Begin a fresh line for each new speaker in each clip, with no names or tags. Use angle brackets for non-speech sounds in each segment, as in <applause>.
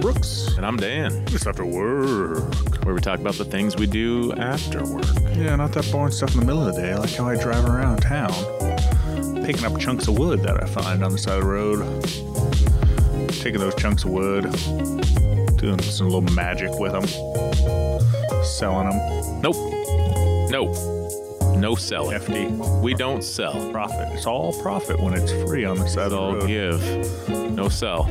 And I'm Dan,
Just after work.
where we talk about the things we do after work.
Yeah, not that boring stuff in the middle of the day. I like how I drive around town, picking up chunks of wood that I find on the side of the road. Taking those chunks of wood, doing some little magic with them, selling them.
Nope. No. No selling.
FD
We don't sell.
profit. It's all profit when it's free on the side of
It's
the
all
road.
give. No sell.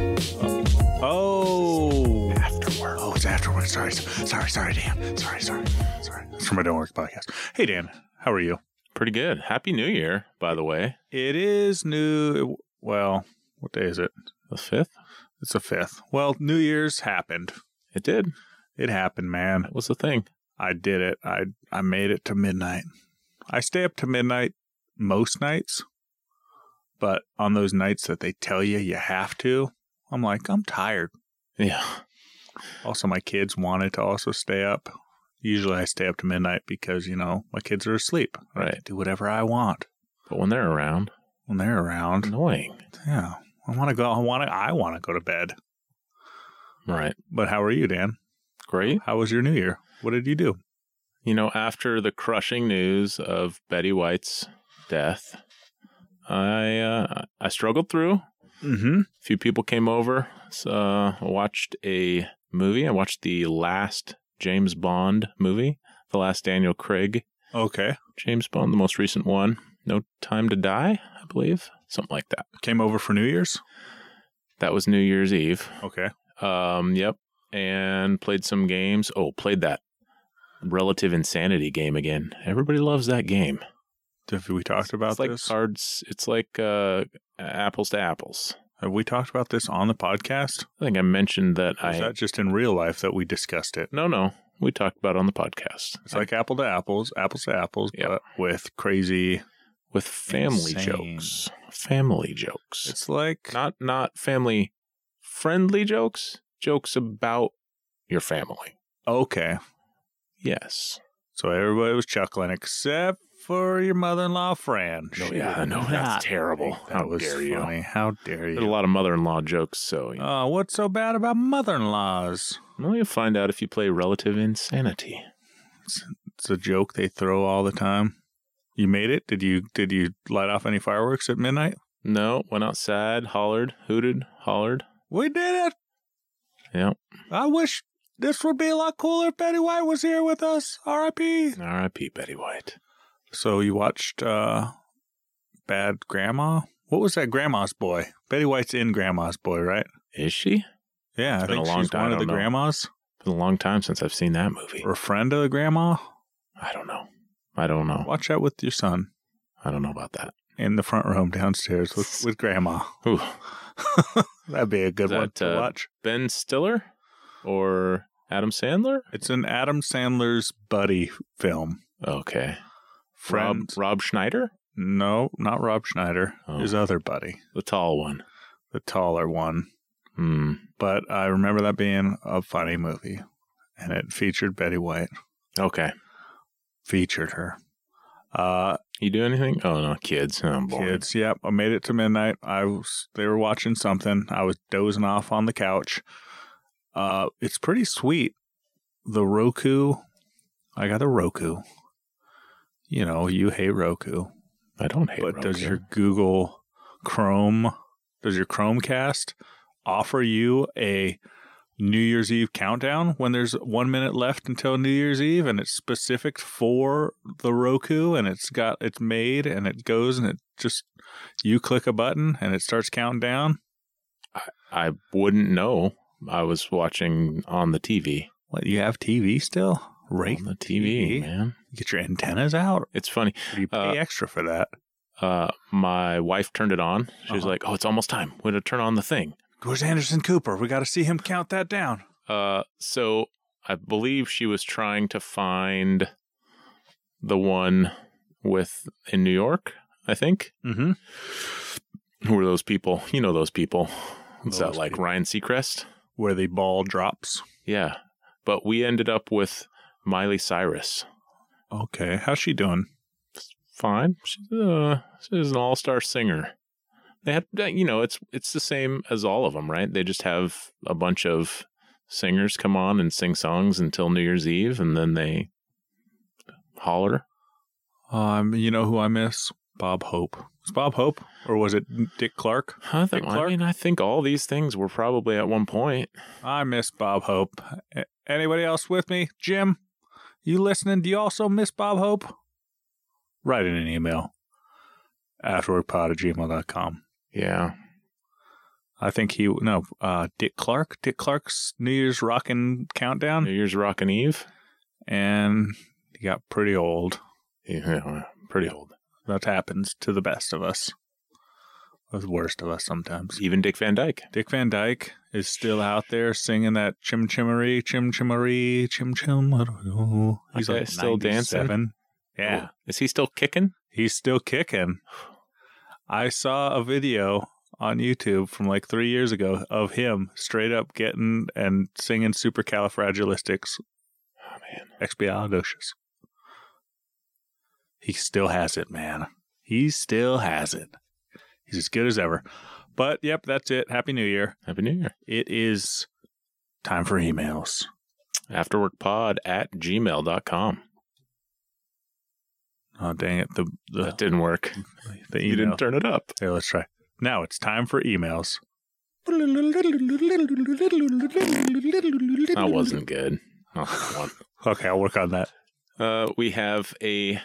Oh, after work. Oh, it's after work. Sorry, sorry, sorry, Dan. Sorry, sorry, sorry. It's from my Don't Work podcast. Hey, Dan, how are you?
Pretty good. Happy New Year, by the way.
It is new. Well, what day is it?
The 5th?
It's the fifth. Well, New Year's happened.
It did.
It happened, man.
That was the thing.
I did it. I I made it to midnight. I stay up to midnight most nights, but on those nights that they tell you you have to, I'm like I'm tired.
Yeah.
Also, my kids wanted to also stay up. Usually, I stay up to midnight because you know my kids are asleep. I can
Right.
do whatever I want
But when they're around,
when they're around.
annoying.
Yeah, I want to go. I want to. I want to go to bed.
Right.
But how are you, Dan?
Great.
How was your New Year? What did you do?
You know, after the crushing news of Betty White's death, I uh, I struggled through.
Mm-hmm.
few people came over. So, uh, I watched a movie. I watched the last James Bond movie, the last Daniel Craig
Okay.
James Bond, the most recent one. No Time to Die, I believe, something like that.
Came over for New Year's.
That was New Year's Eve.
Okay.
Um, yep, and played some games. Oh, played that relative insanity game again. Everybody loves that game.
Have we talked about
It's like
this?
cards. It's like uh, apples to apples.
Have we talked about this on the podcast?
I think I mentioned that
Or
I.
Is that just in real life that we discussed it?
no, no, we talked about it on the podcast.
It's like apple to apples, apples to apples,
Yep.
but with crazy.
with family
Insane.
jokes. Family jokes.
It's like
not not family friendly jokes, jokes about your family.
okay.
Yes.
So everybody was chuckling except for your mother-in-law, Fran.
No,
She
yeah,
did
no, that's
not
terrible.
think That
How
was
dare you.
funny. How dare
There's a
you?
lot of mother-in-law jokes, so you
Uh, what's so bad about mother-in-laws?
well, you'll find out if you play relative insanity.
It's a joke they throw all the time. You made it? Did you did you light off any fireworks at midnight?
No, went outside, hollered, hooted, hollered.
We did it.
Yep.
I wish this would be a lot cooler if Betty White was here with us. R.I.P.
R.I.P. Betty White.
So you watched uh Bad Grandma? What was that Grandma's Boy? Betty White's in Grandma's Boy, right?
Is she?
Yeah, I
been a
think
long
she's
time,
one
I
of the
don't know.
grandmas
Been a long time since I've seen that movie.
or friend of the grandma.
I don't know. I don't know.
Watch that with your son
I don't know about that.
in the front room downstairs <laughs> with, with Grandma.
Ooh.
That'd be a good
Is
one
that,
to
uh,
watch.
Ben Stiller or Adam Sandler?
It's an Adam Sandler's buddy film.
Okay. Rob,
Friend?
Rob Schneider,
no, not Rob Schneider.
Oh.
His other buddy,
the tall one.
the taller one.
Hmm.
but I remember that being a funny movie, and it featured Betty White.
Okay.
Featured her. Uh,
You do anything? Oh no, kids. Oh, boy.
kids, yep. I made it to midnight. I was, they were watching something. I was dozing off on the couch. Uh, it's pretty sweet. The Roku, I got a Roku. You know, you hate Roku,
I don't hate.
but does
Roku.
your Google Chrome, does your Chromecast offer you a New Year's Eve countdown when there's one minute left until New Year's Eve and it's specific for the Roku and it's got it's made and it goes and it just you click a button and it starts counting down.
I wouldn't know. I was watching on the TV.
What you have TV still? Right?
on the TV,
TV.
man.
Get your antennas out.
It's funny.
Or you pay
Uh,
extra for that.
Uh, my wife turned it on. She was
Uh-huh.
like, "Oh, it's almost time. We're gonna turn on the thing."
Where's Anderson Cooper? We got to see him count that down.
Uh, so I believe she was trying to find the one with in New York. I think.
Mm-hmm.
Who are those people? You know those people. Is that
Those
like
people.
Ryan Seacrest?
Where the ball drops.
Yeah. But we ended up with Miley Cyrus.
Okay, how's she doing?
Fine. She's, uh, she's an all star singer. uh, They have, you know, it's it's the same as all of them, right? They just have a bunch of singers come on and sing songs until New Year's Eve, and then they holler.
Um, you know who I miss? Bob Hope. Was Bob Hope or was it Dick Clark?
I, think,
Dick
I
Clark?
mean, I think all these things were probably at one point.
I miss Bob Hope. A- Anybody else with me? Jim, you listening? Do you also miss Bob Hope? Write in an email. Afterwardpod at gmail.com.
Yeah.
I think he, no, uh, Dick Clark. Dick Clark's New Year's Rockin' Countdown.
New Year's Rockin' Eve.
And he got pretty old.
Yeah, pretty old.
That happens to the best of us. Or The worst of us sometimes.
Even Dick Van Dyke.
Dick Van Dyke is still out there singing that chim chimmery, chim chimmery, chim chim. He's
That
like
guy's still dancing?
97. Yeah,
Oh, is he still kicking?
he's still kicking. I saw a video on YouTube from like three years ago of him straight up getting and singing supercalifragilistic
Oh, man.
expialidocious. He still has it, man. He still has it. He's as good as ever. But yep, that's it. Happy New Year.
Happy New Year.
It is time for emails.
Afterworkpod at gmail.com.
Oh dang it! The the,
That didn't work.
the
You
email.
didn't turn it up.
Here, let's try. Now it's time for emails.
That wasn't good. Oh, Not that one.
Okay, I'll work on that.
<laughs> Uh, we have a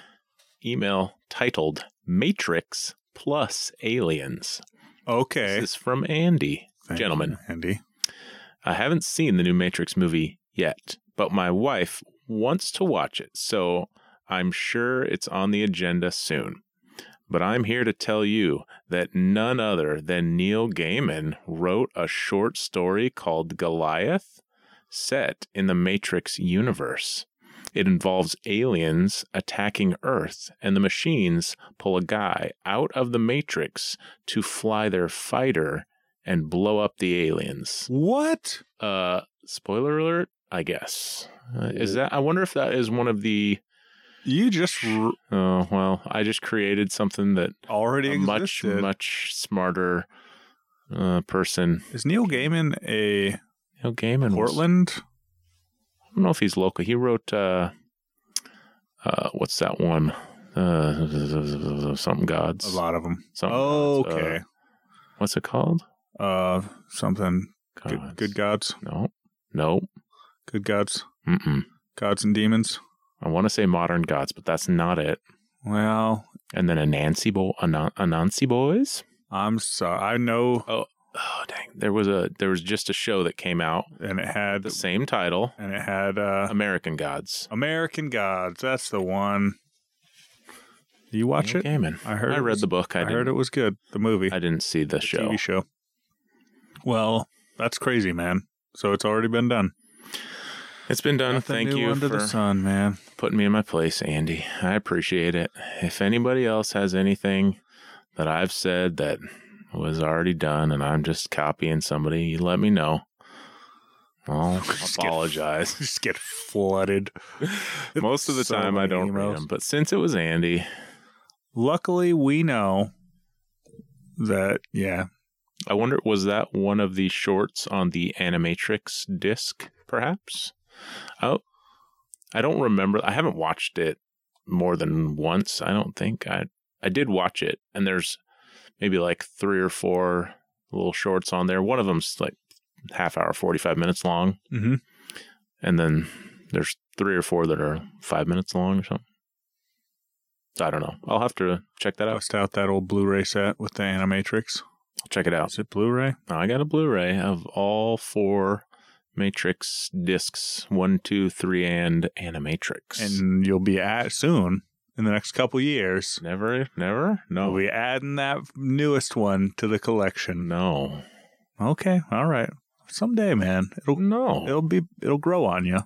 email titled Matrix plus Aliens.
Okay,
This is from Andy.
Thank
gentlemen.
you, Andy.
I haven't seen the new Matrix movie yet, but my wife wants to watch it, so I'm sure it's on the agenda soon. But I'm here to tell you that none other than Neil Gaiman wrote a short story called Goliath, set in the Matrix universe. It involves aliens attacking Earth, and the machines pull a guy out of the Matrix to fly their fighter and blow up the aliens
What?
uh spoiler alert i guess uh, is that i wonder if that is one of the
You just r-
oh well i just created something that
already
a much
existed.
much smarter uh person
Is Neil Gaiman a
you know gaiman was-
Portland?
i don't know if he's local he wrote uh uh what's that one uh something gods
A lot of them.
something
Oh,
Gods, uh,
okay.
what's it called
Uh, something. Good,
Gods.
good gods.
no no
Good gods.
Mm-mm.
Gods and demons.
i want to say modern gods but that's not it
Well,
and then anansi boy anansi boys
I'm sorry. I know,
Oh dang! There was a there was just a show that came out
and it had
the same title,
and it had uh,
American Gods.
American Gods. That's the one. You watch
Neil
it?
Gaiman.
I heard.
I
it
read
was,
the book. I,
I,
didn't,
heard it was good. The movie,
I didn't see the,
the
show.
TV show. Well, that's crazy, man. So it's already been done.
It's been done.
Nothing
Thank
new
you
under
for
the sun, man.
putting me in my place, Andy. I appreciate it. If anybody else has anything that I've said that was already done and I'm just copying somebody, you let me know. I'll
<laughs> Just get-
apologize.
<laughs> <laughs> Just get flooded.
Most of the
So
time, I
many
don't read
emails.
them, but since it was Andy,
Luckily, we know that. Yeah,
I wonder, was that one of the shorts on the Animatrix disc, perhaps? Oh, I don't remember. I haven't watched it more than once. I don't think I. I did watch it, and there's maybe like three or four little shorts on there. One of them's like half hour, forty five minutes long,
hmm
and then there's three or four that are five minutes long or something. So I don't know. I'll have to check that out.
bust out that old Blu-ray set with the Animatrix.
I'll check it out.
Is it Blu-ray?
I got a Blu-ray of all four Matrix discs, one, two, three, and Animatrix.
And you'll be at soon in the next couple years.
never, never,
We'll
no,
be adding that newest one to the collection.
no,
Okay, all right. Someday, man, it'll
no.
it'll be it'll grow on you.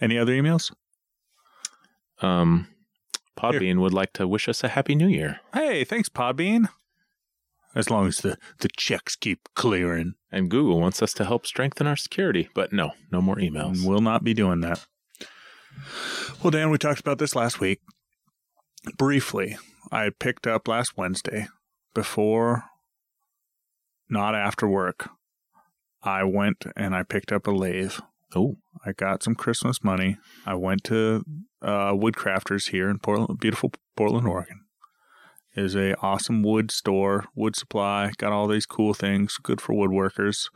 Any other emails?
Um, Podbean would like to wish us a happy New Year
Hey, thanks, Podbean. As long as the the checks keep clearing,
and Google wants us to help strengthen our security, but no, no more emails.
we'll not be doing that. Well, Dan, we talked about this last week briefly. I had picked up last Wednesday before, not after work, I went and I picked up a lathe.
Oh,
I got some Christmas money. I went to uh, Woodcrafters here in Portland, beautiful Portland, Oregon. It is a awesome wood store, wood supply. Got all these cool things, good for woodworkers.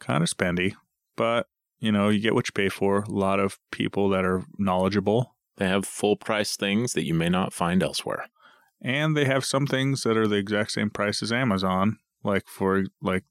Kind of spendy, but you know you get what you pay for. A lot of people that are knowledgeable,
they have full price things that you may not find elsewhere.
and they have some things that are the exact same price as Amazon. Like for like,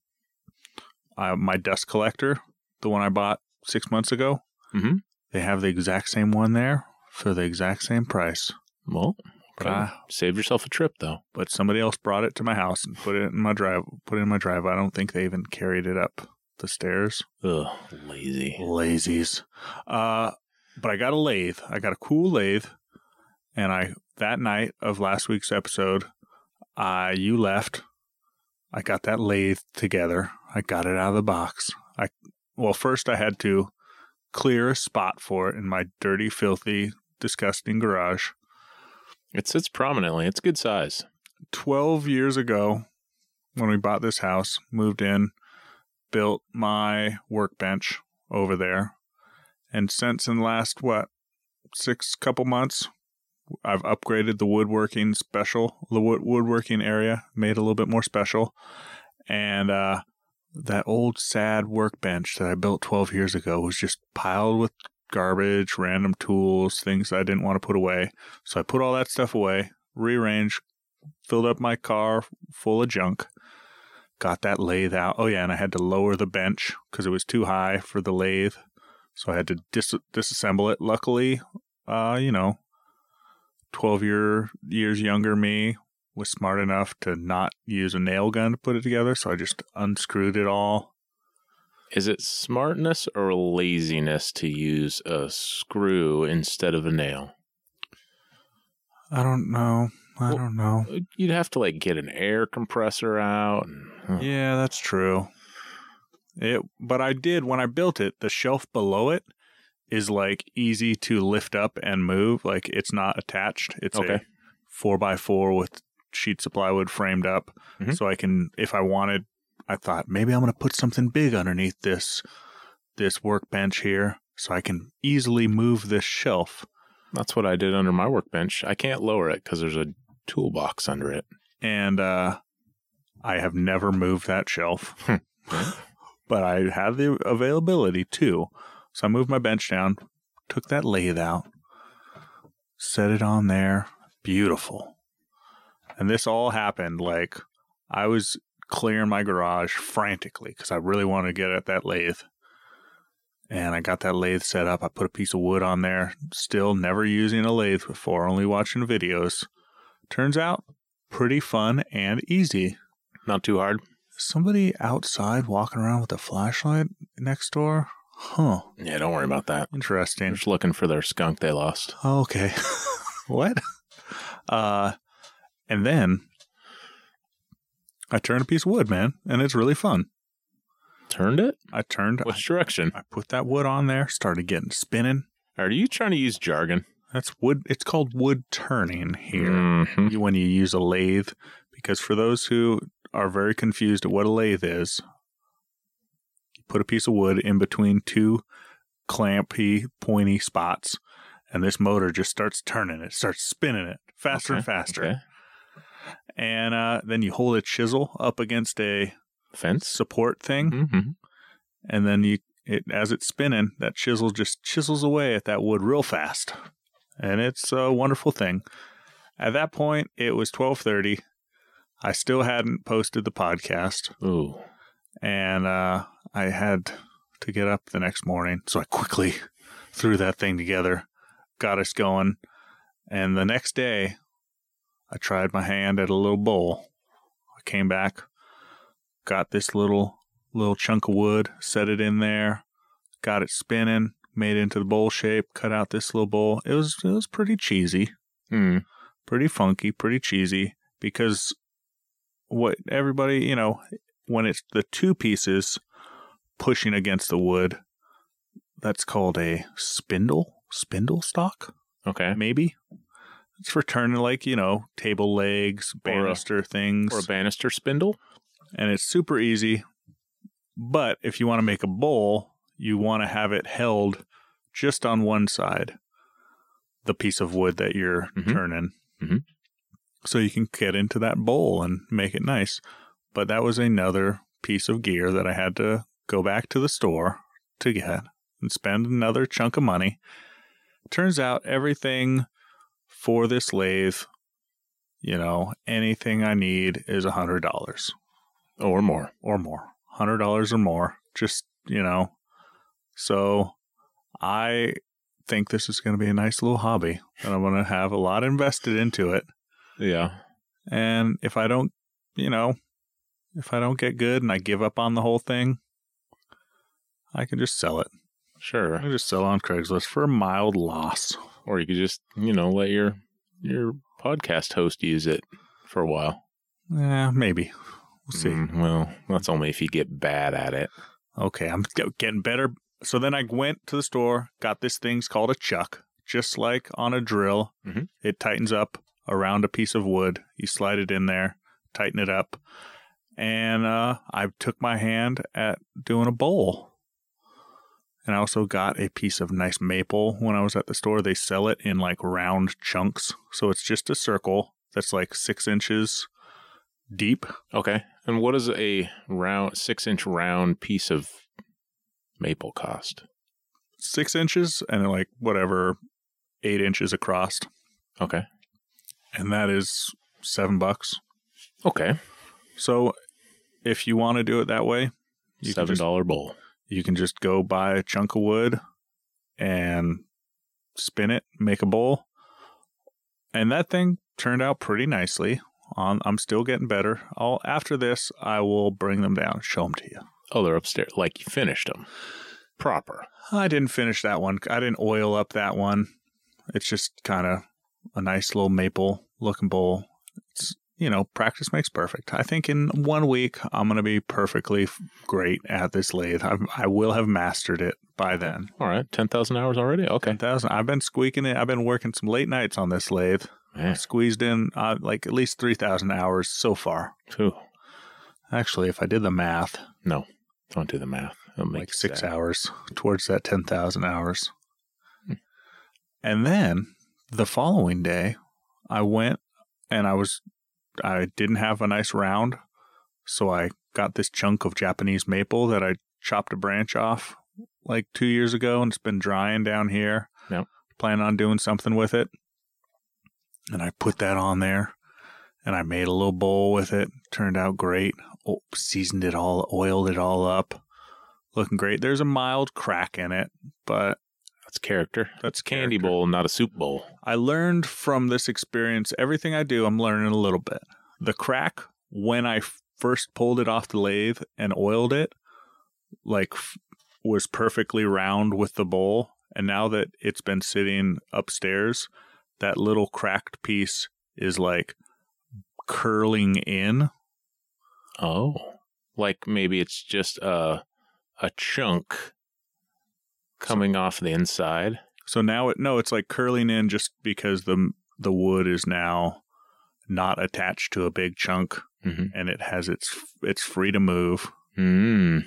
uh, my dust collector, the one I bought six months ago.
Mhm.
They have the exact same one there for the exact same price.
Well,
But
Okay.
I,
save yourself a trip though.
but somebody else brought it to my house and put it in my drive. Put it in my drive. I don't think they even carried it up the stairs.
Ugh, lazy.
Lazies. Uh, but I got a lathe. I got a cool lathe, and I that night of last week's episode, I you left. I got that lathe together. I got it out of the box. I well, first I had to clear a spot for it in my dirty, filthy, disgusting garage.
It sits prominently. It's good size.
12 years ago when we bought this house, moved in, built my workbench over there. And since in the last, what, six couple months, I've upgraded the woodworking special, the wood woodworking area, made it a little bit more special. And uh, that old sad workbench that I built 12 years ago was just piled with garbage, random tools, things I didn't want to put away. So I put all that stuff away, rearranged, filled up my car full of junk, got that lathe out. Oh, yeah, and I had to lower the bench because it was too high for the lathe. So I had to dis- disassemble it. Luckily, uh, you know, 12 year, years younger me was smart enough to not use a nail gun to put it together. So I just unscrewed it all.
Is it smartness or laziness to use a screw instead of a nail?
I don't know. I
Well-
don't know.
Uh, You'd have to like get an air compressor out. And, ugh.
Yeah, that's true. It, but I did when I built it. The shelf below it is like easy to lift up and move. Like it's not attached. It's a
Okay.
four by four with sheets of plywood framed up,
Mhm.
so I can, if I wanted, I thought maybe I'm going to put something big underneath this this workbench here, so I can easily move this shelf.
That's what I did under my workbench. I can't lower it because there's a toolbox under it.
and uh, I have never moved that shelf, <laughs> but I had the availability too. So I moved my bench down, took that lathe out, set it on there, beautiful. And this all happened like I was clearing my garage frantically because I really wanted to get at that lathe. And I got that lathe set up. I put a piece of wood on there, still never using a lathe before, only watching videos. Turns out pretty fun and easy.
Not too hard.
Somebody outside walking around with a flashlight next door? Huh.
Yeah, don't worry about that. They're
Interesting. Oh,
just looking for their skunk they lost.
Okay. <laughs> what? Uh and then I turned a piece of wood, man, and it's really fun.
Turned it?
I turned I,
Which direction?
I put that wood on there, started getting spinning.
Are you trying to use jargon?
That's wood it's called wood turning here.
Mhm.
you- when you use a lathe because for those who are very confused at what a lathe is you put a piece of wood in between two clampy pointy spots and this motor just starts turning it starts spinning it faster and
Okay,
faster
okay.
and uh, then you hold a chisel up against a
Fence?
support thing
Mhm.
and then you it as it's spinning that chisel just chisels away at that wood real fast and it's a wonderful thing at that point it was 12:30 i still hadn't posted the podcast
Ooh.
and uh i had to get up the next morning so i quickly <laughs> threw that thing together got us going and the next day i tried my hand at a little bowl i came back got this little little chunk of wood, set it in there, got it spinning, made it into the bowl shape, cut out this little bowl. It was it was pretty cheesy,
Mm.
pretty funky, pretty cheesy because what everybody, you know, when it's the two pieces pushing against the wood, that's called a spindle, spindle stock,
Okay.
maybe. It's for turning like, you know, table legs,
Or a-
banister things
Or a banister spindle?
and it's super easy. But if you want to make a bowl, you want to have it held just on one side, the piece of wood that you're
Mhm.
turning.
Mhm.
So you can get into that bowl and make it nice. But that was another piece of gear that I had to go back to the store to get and spend another chunk of money. Turns out everything for this lathe, you know, anything I need is a hundred dollars
or more.
or more, hundred dollars or more. Just you know, so I think this is going to be a nice little hobby, and I'm going to have a lot invested into it.
Yeah.
And if I don't, you know, if I don't get good and I give up on the whole thing, I can just sell it. I
Sure.
can just sell on Craigslist for a mild loss.
Or you could just, you know, let your your podcast host use it for a while.
Yeah, maybe. We'll see.
Mm, well, that's only if you get bad at it.
Okay, I'm get- getting better. So then I went to the store, got this thing's called a chuck, just like on a drill.
Mhm.
It tightens up around a piece of wood. You slide it in there, tighten it up, and uh, I took my hand at doing a bowl. And I also got a piece of nice maple when I was at the store. They sell it in like round chunks, so it's just a circle that's like six inches deep.
Okay. And what does a round six inch round piece of maple cost?
six inches and like whatever eight inches across
Okay.
and that is seven bucks
Okay.
so if you want to do it that way you can,
Seven
just,
dollar bowl.
you can just go buy a chunk of wood and spin it make a bowl and that thing turned out pretty nicely on i'm still getting better I'll, after this i will bring them down show them to you
Oh, they're upstairs. Like you finished them. Proper.
I didn't finish that one. I didn't oil up that one. It's just kind of a nice little maple looking bowl. It's, you know, practice makes perfect. I think in one week, I'm going to be perfectly f- great at this lathe. I, I will have mastered it by then.
All right. Ten thousand hours already. Okay.
1000 I've been squeaking it. I've been working some late nights on this lathe.
Man.
Squeezed in uh, like at least 3,000 hours so far.
Ooh.
Actually, if I did the math,
Don't do the math. It'll make
like
you
six
sad.
hours <laughs> towards that 10,000 hours.
Hmm.
And then the following day, I went and I was, I didn't have a nice round. So I got this chunk of Japanese maple that I chopped a branch off like two years ago and it's been drying down here.
Yep.
Plan on doing something with it. And I put that on there and I made a little bowl with it. Turned out great. Oh, seasoned it all, oiled it all up. Looking great. There's a mild crack in it, but
That's character.
that's
Candy
character.
bowl, not a soup bowl.
I learned from this experience everything I do, I'm learning a little bit. The crack, when I f- first pulled it off the lathe and oiled it, like f- was perfectly round with the bowl. And now that it's been sitting upstairs, that little cracked piece is like curling in.
Oh. Like maybe it's just a a chunk coming off the inside.
So now it no, it's like curling in just because the the wood is now not attached to a big chunk
Mhm.
and it has its it's free to move.
Mm.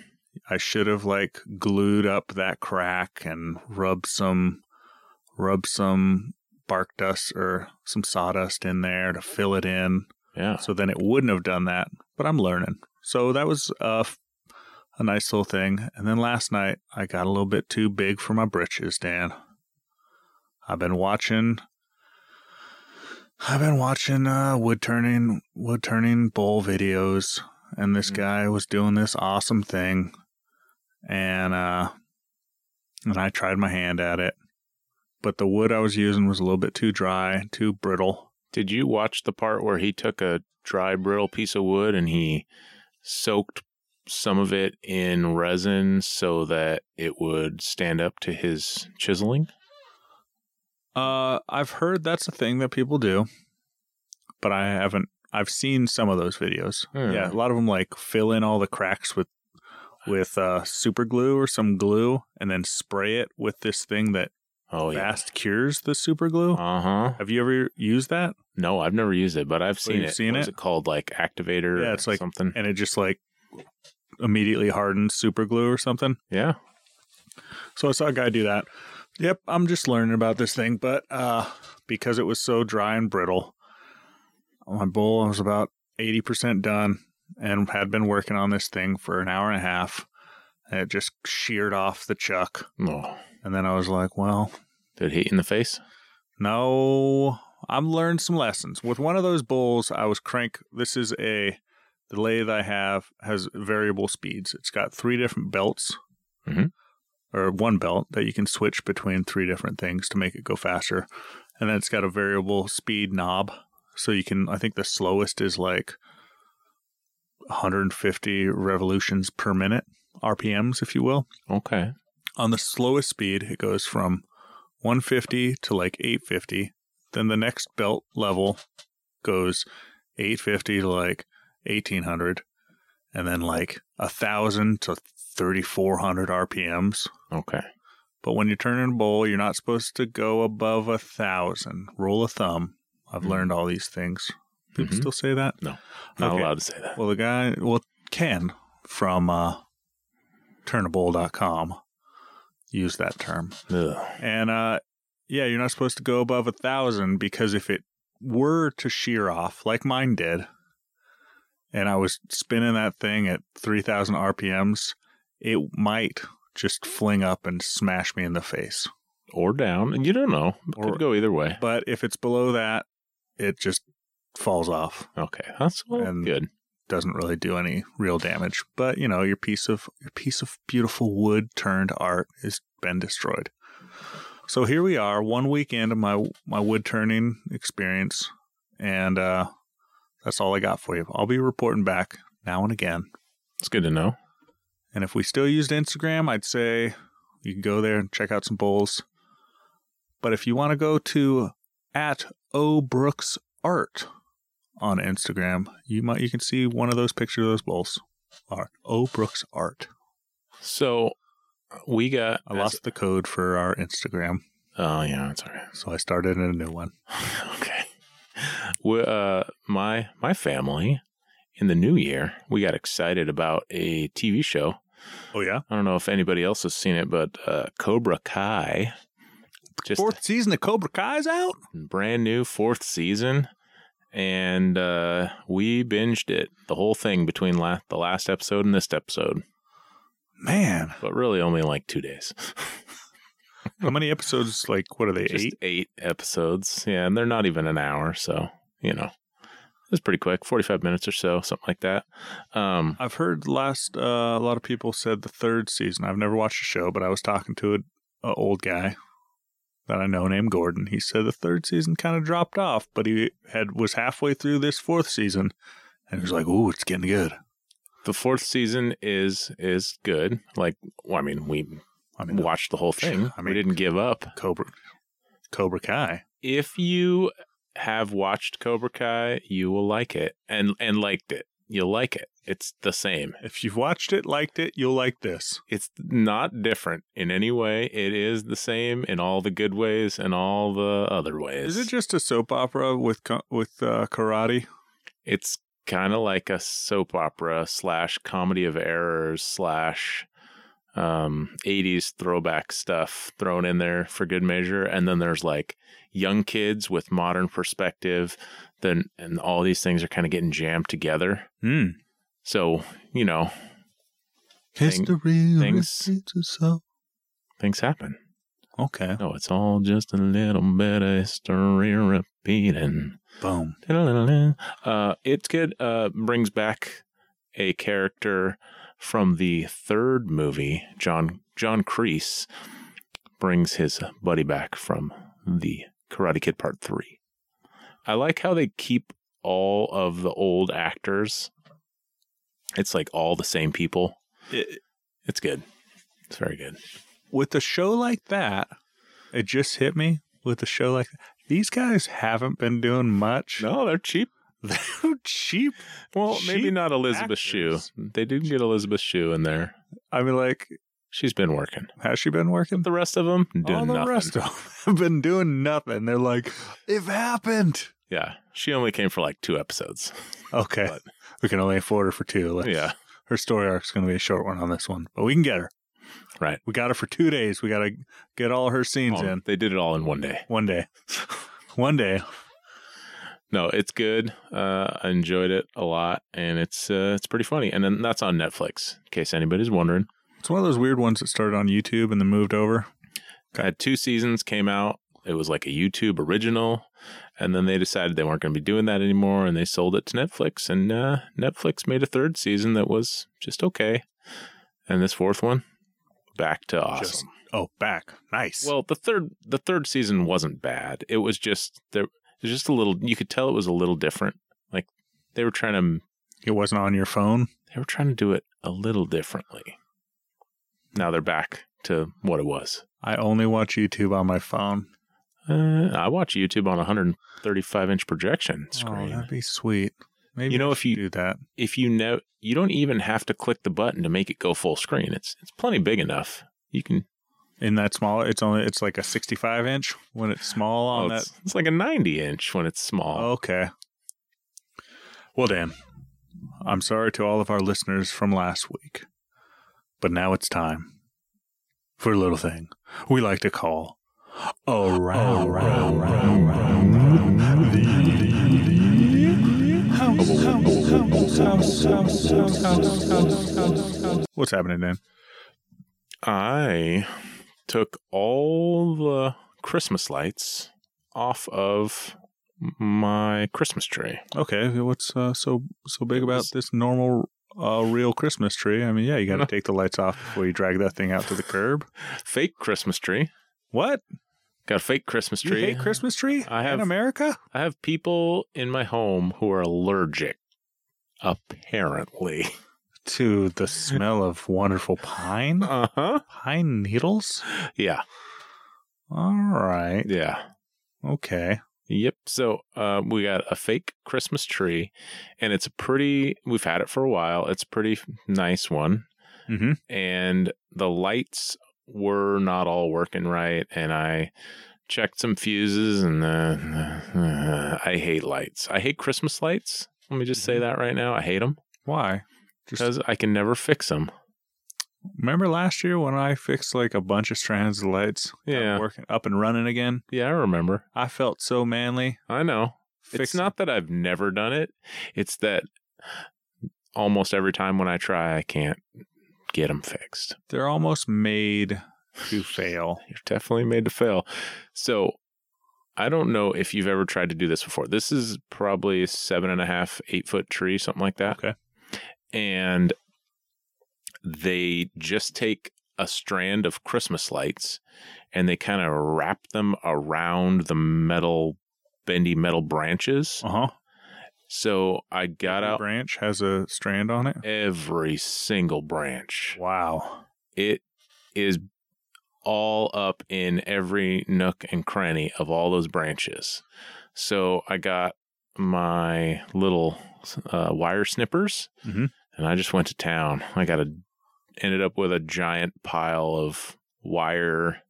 I should have like glued up that crack and rubbed some rubbed some bark dust or some sawdust in there to fill it in.
Yeah.
So then it wouldn't have done that, but I'm learning. So that was a, a nice little thing. And then last night I got a little bit too big for my britches, Dan. I've been watching I've been watching uh, wood turning wood turning bowl videos and this
Mhm.
guy was doing this awesome thing and uh and I tried my hand at it. But the wood I was using was a little bit too dry, too brittle.
Did you watch the part where he took a dry, brittle piece of wood and he soaked some of it in resin so that it would stand up to his chiseling?
Uh, I've heard that's a thing that people do, but I haven't. I've seen some of those videos.
Hmm.
Yeah, a lot of them like fill in all the cracks with with uh, super glue or some glue, and then spray it with this thing that
Oh, yeah.
fast cures the super glue.
Uh huh.
Have you ever used that?
No, I've never used it, but I've seen
you've
it.
seen
What is
it?
it called? Like activator?
Yeah,
or
it's like-
something.
And it just like immediately hardens super glue or something.
Yeah.
So I saw a guy do that. Yep, I'm just learning about this thing, but uh, because it was so dry and brittle, my bowl was about 80% done and had been working on this thing for an hour and a half. And it just sheared off the chuck.
Oh,
And then I was like, well,
did it hit you in the face?
no, I've learned some lessons. With one of those bowls, I was crank. This is a, the lathe I have has variable speeds. It's got three different belts,
Mhm.
or one belt that you can switch between three different things to make it go faster. And then it's got a variable speed knob. So you can, I think the slowest is like 150 revolutions per minute, RPMs, if you will
Okay.
on the slowest speed, it goes from 150 to like 850. Then the next belt level goes 850 to like 1800. And then like 1,000 to 3,400 RPMs.
Okay.
But when you're turning a bowl, you're not supposed to go above a 1,000. Rule of thumb. I've
Mhm.
learned all these things. People
Mhm.
still say that?
Not
Okay.
allowed to say that.
Well, the guy, well, Ken from uh, turnable.com used that term.
Ugh.
And uh, yeah, you're not supposed to go above a thousand because if it were to shear off like mine did, and I was spinning that thing at 3,000 RPMs, it might just fling up and smash me in the face.
Or down. And you don't know. It
Or-
Could go either way.
But if it's below that, it just falls off.
Okay. That's well,
And-
good.
Doesn't really do any real damage. But you know, your piece of your piece of beautiful wood turned art has been destroyed. So here we are, one weekend of my my wood turning experience, and uh, that's all I got for you. I'll be reporting back now and again.
It's good to know.
And if we still used Instagram, I'd say you can go there and check out some bowls. But if you want to go to at O Brooks Art on Instagram, you might you can see one of those pictures of those bowls. Art O Brooks Art.
So we got.
I lost the code for our Instagram,
Oh, yeah. That's all right. <laughs>
so I started in a new one.
okay. We, uh, my my family in the new year, we got excited about a TV show.
Oh yeah,
I don't know if anybody else has seen it, but uh, Cobra Kai, just
fourth season of Cobra Kai's out.
brand new fourth season, and uh, we binged it the whole thing between la- the last episode and this episode,
Man,
but really only like two days. <laughs>
how many episodes? Like what are they?
Just
eight?
eight episodes. Yeah, and they're not even an hour, so you know. It was pretty quick, forty five minutes or so, something like that. Um
I've heard last uh, a lot of people said the third season. I've never watched the show, but I was talking to a, a old guy that I know named Gordon. He said the third season kind of dropped off, but he had was halfway through this fourth season, and he was like, "Ooh, it's getting good."
the fourth season is is good. Like well, I mean, we
I mean,
watched the whole thing.
I
we
mean-
didn't give up.
Cobra, Cobra Kai.
If you have watched Cobra Kai, you will like it and and liked it. You'll like it. It's the same.
If you've watched it, liked it, you'll like this.
It's not different in any way. It is the same in all the good ways and all the other ways.
Is it just a soap opera with co- with uh, karate?
it's kind of like a soap opera slash comedy of errors slash um 80s throwback stuff thrown in there for good measure and then there's like young kids with modern perspective then and all these things are kind of getting jammed together
Hmm.
so you know
History.
things-
repeats itself.
things happen
Okay.
no it's all just a little bit of history repeating
Boom.
Uh, it's good. Uh, brings back a character from the third movie. John John Kreese brings his buddy back from the Karate Kid Part Three. I like how they keep all of the old actors. It's like all the same people.
It-
It's good. It's very good.
with a show like that, it just hit me with a show like that. These guys haven't been doing much. <laughs>
No, they're cheap.
They're cheap.
Well, maybe
Cheap
not Elizabeth Shue.
actors.
They didn't get Elizabeth Shue in there.
I mean, like,
She's been working.
has she been working?
The rest of them doing
All the
nothing.
rest of them <laughs> have been doing nothing. They're like, it happened. <laughs>
Yeah, she only came for like two episodes.
Okay.
But-
We can only afford her for two. Let's,
yeah,
her story arc's going to be a short one on this one, but we can get her.
Right. Oh.
We got her for two days. We got to get all her scenes
All-
in
They did it all in one day.
one day. one day.
No, it's good. Uh, I enjoyed it a lot, and it's uh, it's pretty funny. And then that's on Netflix, in case anybody's wondering.
It's one of those weird ones that started on YouTube and then moved over.
I had two seasons came out. It was like a YouTube original, and then they decided they weren't going to be doing that anymore, and they sold it to Netflix. And uh, Netflix made a third season that was just okay, and this fourth one, back to awesome.
Just- Oh, back. Nice.
Well, the third the third season wasn't bad. It was just there it was just a little you could tell it was a little different. Like they were trying to
it wasn't on your phone.
they were trying to do it a little differently. Now they're back to what it was.
I only watch YouTube on my phone.
Uh, I watch YouTube on a 135 inch projection
Oh,
screen.
that'd be sweet. Maybe
You know,
I
if
should
you-
do that,
if you know, you don't even have to click the button to make it go full screen. It's it's plenty big enough. You can.
in that small, it's only it's like a 65 inch when it's small
Oh,
on that.
it's, it's like a 90 inch when it's small.
Okay. Well, Dan, I'm sorry to all of our listeners from last week, but now it's time for a little thing we like to call around, around, the What's happening, Dan?
I took all the Christmas lights off of my Christmas tree.
Okay, what's uh, so so big about this normal uh, real Christmas tree? I mean, yeah, you got to take the lights off before you drag that thing out to the curb.
Fake Christmas tree.
What?
Got a fake Christmas
You
tree.
hate Christmas tree
I have-
in America?
I have people in my home who are allergic,
<laughs>
apparently.
To the smell of wonderful <laughs> pine?
Uh huh.
Pine needles?
Yeah.
All right.
Yeah.
Okay.
Yep. So uh, we got a fake Christmas tree, and it's a pretty. We've had it for a while. It's a pretty nice one,
Mhm.
and the lights were not all working right, and I checked some fuses, and uh, I hate lights. I hate Christmas lights. Let me just say that right now. I hate them
Why? Just-
because I can never fix them.
Remember last year when I fixed like a bunch of strands of lights? Got
Yeah.
Working up and running again.
Yeah, I remember.
I felt so manly.
I know. it's
Fixing-
not that I've never done it. It's that almost every time when I try, I can't get them fixed.
They're almost made to <laughs> fail.
You're definitely made to fail. So I don't know if you've ever tried to do this before. This is probably a seven and a half, eight foot tree, something like that.
Okay.
And they just take a strand of Christmas lights and they kind of wrap them around the metal, bendy metal branches.
Uh huh.
So I got out
branch has a strand on it.
every single branch.
Wow.
It is all up in every nook and cranny of all those branches. So I got my little uh, wire snippers
Mhm.
and I just went to town. I got a, ended up with a giant pile of wire.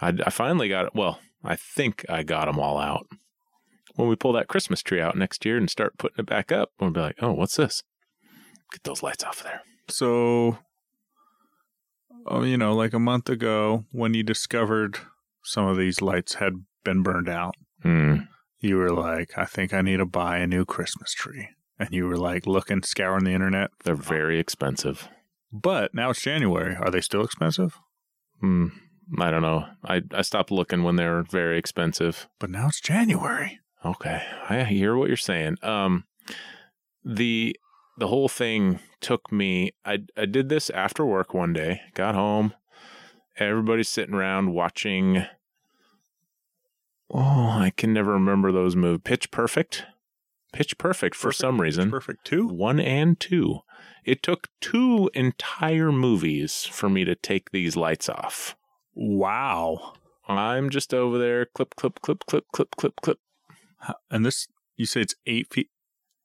I, I finally got, well, I think I got them all out. When we pull that Christmas tree out next year and start putting it back up, we'll be like, oh, what's this? Get those lights off of there.
So, oh, you know, like a month ago when you discovered some of these lights had been burned out,
Hmm.
you were like, I think I need to buy a new Christmas tree. And you were like looking, scouring the internet.
They're very expensive.
But now it's January. Are they still expensive?
Hmm. I don't know. I, I stopped looking when they were very expensive.
But now it's January.
Okay, I hear what you're saying. Um, the the whole thing took me. I I did this after work one day. Got home, everybody's sitting around watching. Oh, I can never remember those movies. Pitch Perfect, Pitch Perfect for
Perfect.
some reason.
Perfect too.
One and two. It took two entire movies for me to take these lights off.
Wow.
I'm just over there, clip, clip, clip, clip, clip, clip, clip.
And this, you say it's eight feet,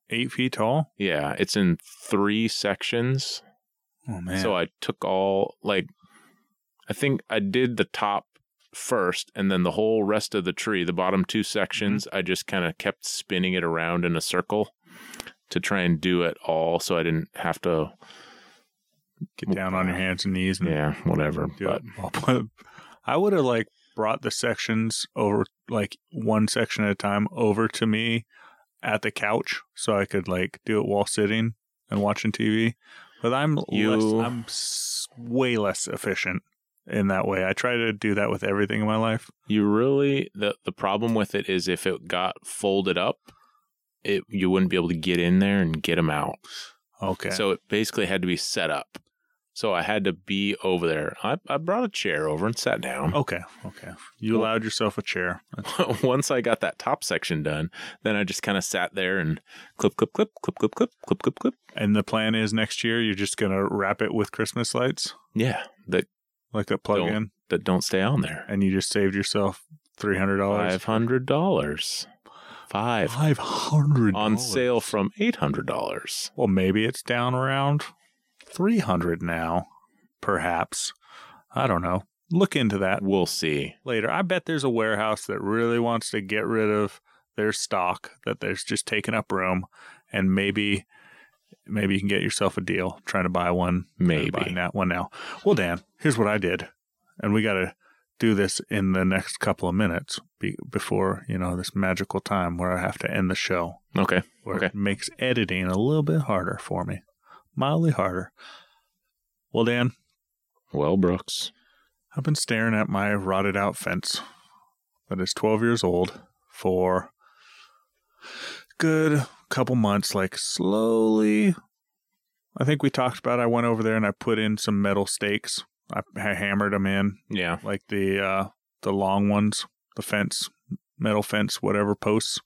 eight feet tall.
Yeah, it's in three sections.
Oh man.
So uh, I took all like I think I did the top first and then the whole rest of the tree, the bottom two sections, I just kind of kept spinning it around in a circle to try and do it all so I didn't have to
get down on your hands and knees and
Yeah, whatever.
do
But
it. I'll <laughs> put- I would have like brought the sections over like one section at a time over to me at the couch so I could like do it while sitting and watching TV. But I'm
You-
less, I'm s- way less efficient in that way. I try to do that with everything in my life.
you really the the problem with it is if it got folded up, it you wouldn't be able to get in there and get them out.
Okay.
So it basically had to be set up. So I had to be over there. I, I brought a chair over and sat down.
okay. Okay. You allowed yourself a chair.
<laughs> Once I got that top section done, then I just kind of sat there and clip, clip, clip, clip, clip, clip, clip, clip, clip.
And the plan is next year you're just going to wrap it with Christmas lights
Yeah, that
like a plug in
that don't stay on there.
and you just saved yourself $300.
Five hundred dollars, five
Five hundred
on sale from eight hundred dollars.
Well, maybe it's down around three hundred now, perhaps. I don't know. Look into that
We'll see.
later. I bet there's a warehouse that really wants to get rid of their stock that there's just taking up room, and maybe maybe you can get yourself a deal trying to buy one. trying to buy
Maybe.
that one now. Well, Dan, here's what I did, and we got to do this in the next couple of minutes be, before you know this magical time where I have to end the show
Okay.
where
Okay.
it makes editing a little bit harder for me, mildly harder. Well, Dan,
Well, Brooks,
I've been staring at my rotted out fence that is 12 years old for good couple months, like slowly. I think we talked about I went over there and I put in some metal stakes. I, I hammered them in,
yeah,
like the uh, the long ones, the fence, metal fence, whatever posts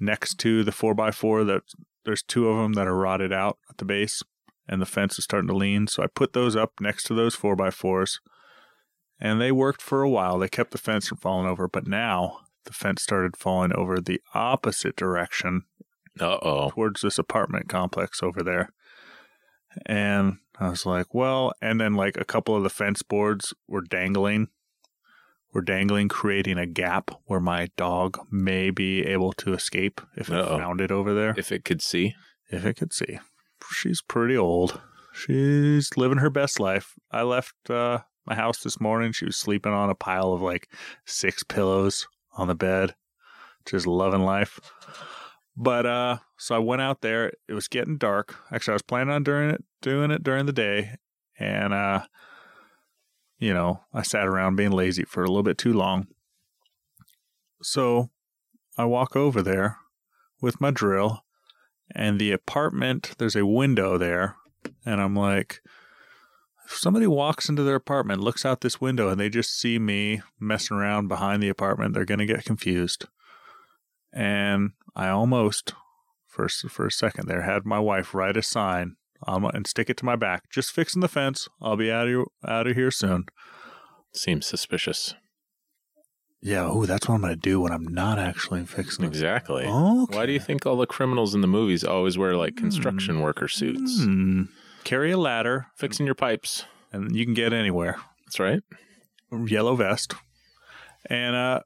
next to the four by four. That there's two of them that are rotted out at the base, and the fence is starting to lean. So I put those up next to those four by fours, and they worked for a while. They kept the fence from falling over, but now the fence started falling over the opposite direction
uh oh,
towards this apartment complex over there. And I was like, well, and then like a couple of the fence boards were dangling, were dangling, creating a gap where my dog may be able to escape if it
Uh-oh.
found it over there.
if it could see,
If it could see. She's pretty old. She's living her best life. I left uh, my house this morning. She was sleeping on a pile of like six pillows on the bed, just loving life. But uh, so I went out there. It was getting dark. Actually, I was planning on doing it, doing it during the day, and uh, you know, I sat around being lazy for a little bit too long. So I walk over there with my drill and the apartment there's a window there and i'm like if somebody walks into their apartment looks out this window and they just see me messing around behind the apartment they're going to get confused and i almost for, s- for a second there had my wife write a sign on my, and stick it to my back just fixing the fence i'll be out of, here- out of here soon
seems suspicious.
yeah oh that's what i'm going to do when i'm not actually fixing it
Exactly.
okay.
Why do you think all the criminals in the movies always wear like construction worker suits?
Hmm. carry a ladder
Fixing your pipes.
and you can get anywhere
That's right.
yellow vest. And uh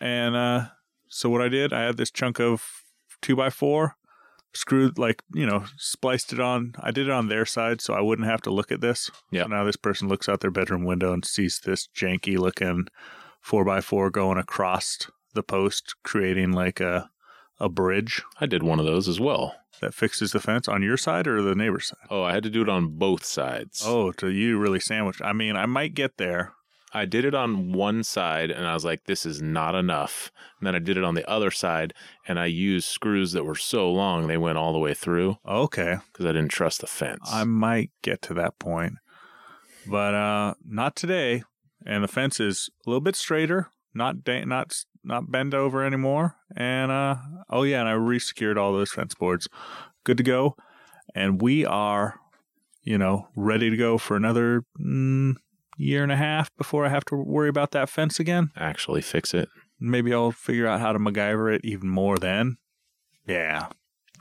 and uh so what I did, I had this chunk of two by four, screwed like, you know, spliced it on I did it on their side so I wouldn't have to look at this.
Yeah.
So now this person looks out their bedroom window and sees this janky looking four by four going across the post, creating like a a bridge
I did one of those as well.
that fixes the fence on your side or the neighbor's side.
Oh, I had to do it on both sides.
Oh, so you really sandwiched. I mean, I might get there.
I did it on one side and I was like, this is not enough. And then I did it on the other side and I used screws that were so long they went all the way through
Okay.
because I didn't trust the fence.
I might get to that point, but uh, not today. And the fence is a little bit straighter, not da- not s- not bend over anymore. And uh, oh yeah, and I resecured all those fence boards. Good to go. And we are, you know, ready to go for another mm, year and a half before I have to worry about that fence again.
Actually, fix it.
Maybe I'll figure out how to MacGyver it even more then. Yeah.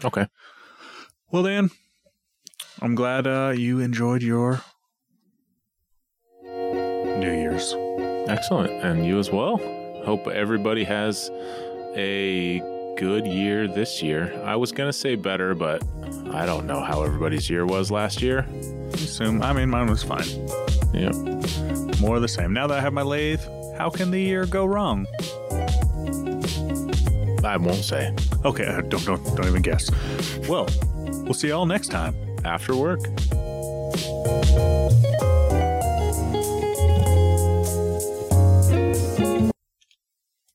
Okay.
Well, Dan, I'm glad uh, you enjoyed your New Year's.
Excellent. And you as well. Hope everybody has a good year this year. I was going to say better, but I don't know how everybody's year was last year.
assume. I mean, mine was fine.
Yeah.
More of the same. Now that I have my lathe, how can the year go wrong?
I won't say.
Okay, uh, don't don't don't even guess. Well, we'll see y'all next time.
After work.